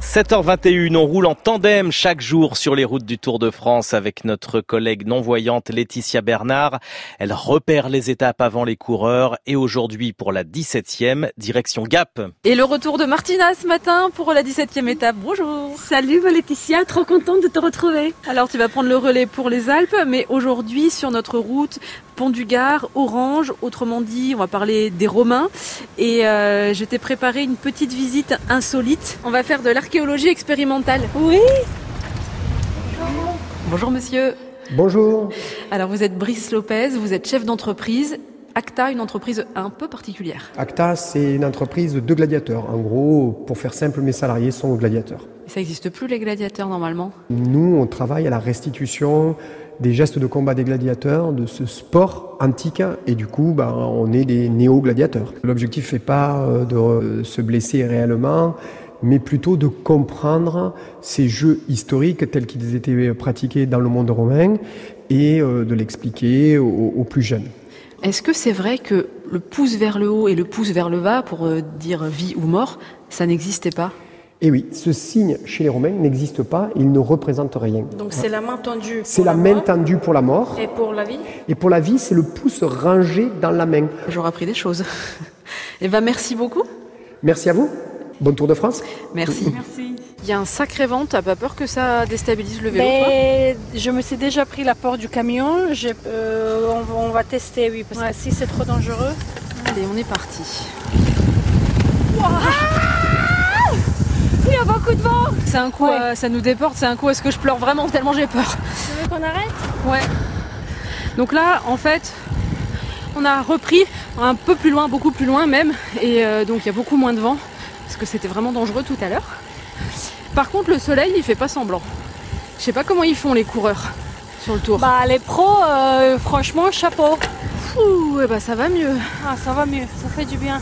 7h21, on roule en tandem chaque jour sur les routes du Tour de France avec notre collègue non-voyante Laetitia Bernard. Elle repère les étapes avant les coureurs et aujourd'hui pour la 17e, direction Gap. Et le retour de Martina ce matin pour la 17e étape. Bonjour. Salut Laetitia, trop contente de te retrouver. Alors tu vas prendre le relais pour les Alpes, mais aujourd'hui sur notre route, Pont du Gard, Orange, autrement dit, on va parler des Romains. Et euh, je t'ai préparé une petite visite insolite. On va faire de l'archéologie expérimentale. Oui Bonjour monsieur. Bonjour. Alors vous êtes Brice Lopez, vous êtes chef d'entreprise. Acta, une entreprise un peu particulière. Acta, c'est une entreprise de gladiateurs. En gros, pour faire simple, mes salariés sont gladiateurs. Ça n'existe plus les gladiateurs normalement. Nous, on travaille à la restitution des gestes de combat des gladiateurs, de ce sport antique, et du coup, bah, on est des néo-gladiateurs. L'objectif n'est pas euh, de se blesser réellement, mais plutôt de comprendre ces jeux historiques tels qu'ils étaient euh, pratiqués dans le monde romain et euh, de l'expliquer aux, aux plus jeunes. Est-ce que c'est vrai que le pouce vers le haut et le pouce vers le bas, pour euh, dire vie ou mort, ça n'existait pas et Eh oui, ce signe chez les Romains n'existe pas, il ne représente rien. Donc c'est la main tendue. C'est la, la main tendue pour la mort. Et pour la vie Et pour la vie, c'est le pouce rangé dans la main. J'aurais appris des choses. Eh bien, merci beaucoup. Merci à vous. Bonne Tour de France. Merci. Merci. Il y a un sacré vent, t'as pas peur que ça déstabilise le vélo Mais toi Je me suis déjà pris la porte du camion. Je, euh, on, on, va tester, oui, parce ouais. que si c'est trop dangereux. Allez, on est parti. Wow il y a beaucoup de vent C'est un coup, ouais. euh, ça nous déporte, c'est un coup, est-ce que je pleure vraiment tellement j'ai peur Tu veux qu'on arrête Ouais. Donc là, en fait, on a repris un peu plus loin, beaucoup plus loin même, et euh, donc il y a beaucoup moins de vent, parce que c'était vraiment dangereux tout à l'heure. Par contre, le soleil, il fait pas semblant. Je sais pas comment ils font les coureurs sur le tour. Bah les pros, euh, franchement, chapeau. Ouh, et bah ça va mieux. Ah, ça va mieux, ça fait du bien.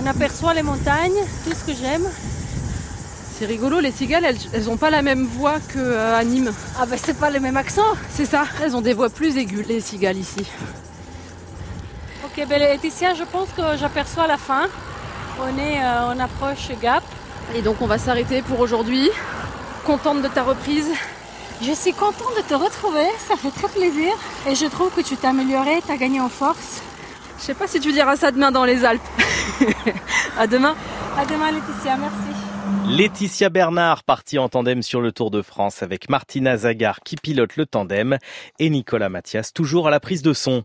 On aperçoit les montagnes, tout ce que j'aime. C'est rigolo, les cigales, elles, n'ont pas la même voix que euh, à Nîmes. Ah bah c'est pas le même accent C'est ça, elles ont des voix plus aiguës, les cigales ici. Ok, ben Laetitia, je pense que j'aperçois la fin. On est, euh, on approche Gap. Et donc on va s'arrêter pour aujourd'hui. Contente de ta reprise Je suis contente de te retrouver, ça fait très plaisir. Et je trouve que tu t'es améliorée, t'as gagné en force. Je sais pas si tu diras ça demain dans les Alpes. à demain. À demain, Laetitia. Merci. Laetitia Bernard, partie en tandem sur le Tour de France avec Martina Zagar qui pilote le tandem et Nicolas Mathias toujours à la prise de son.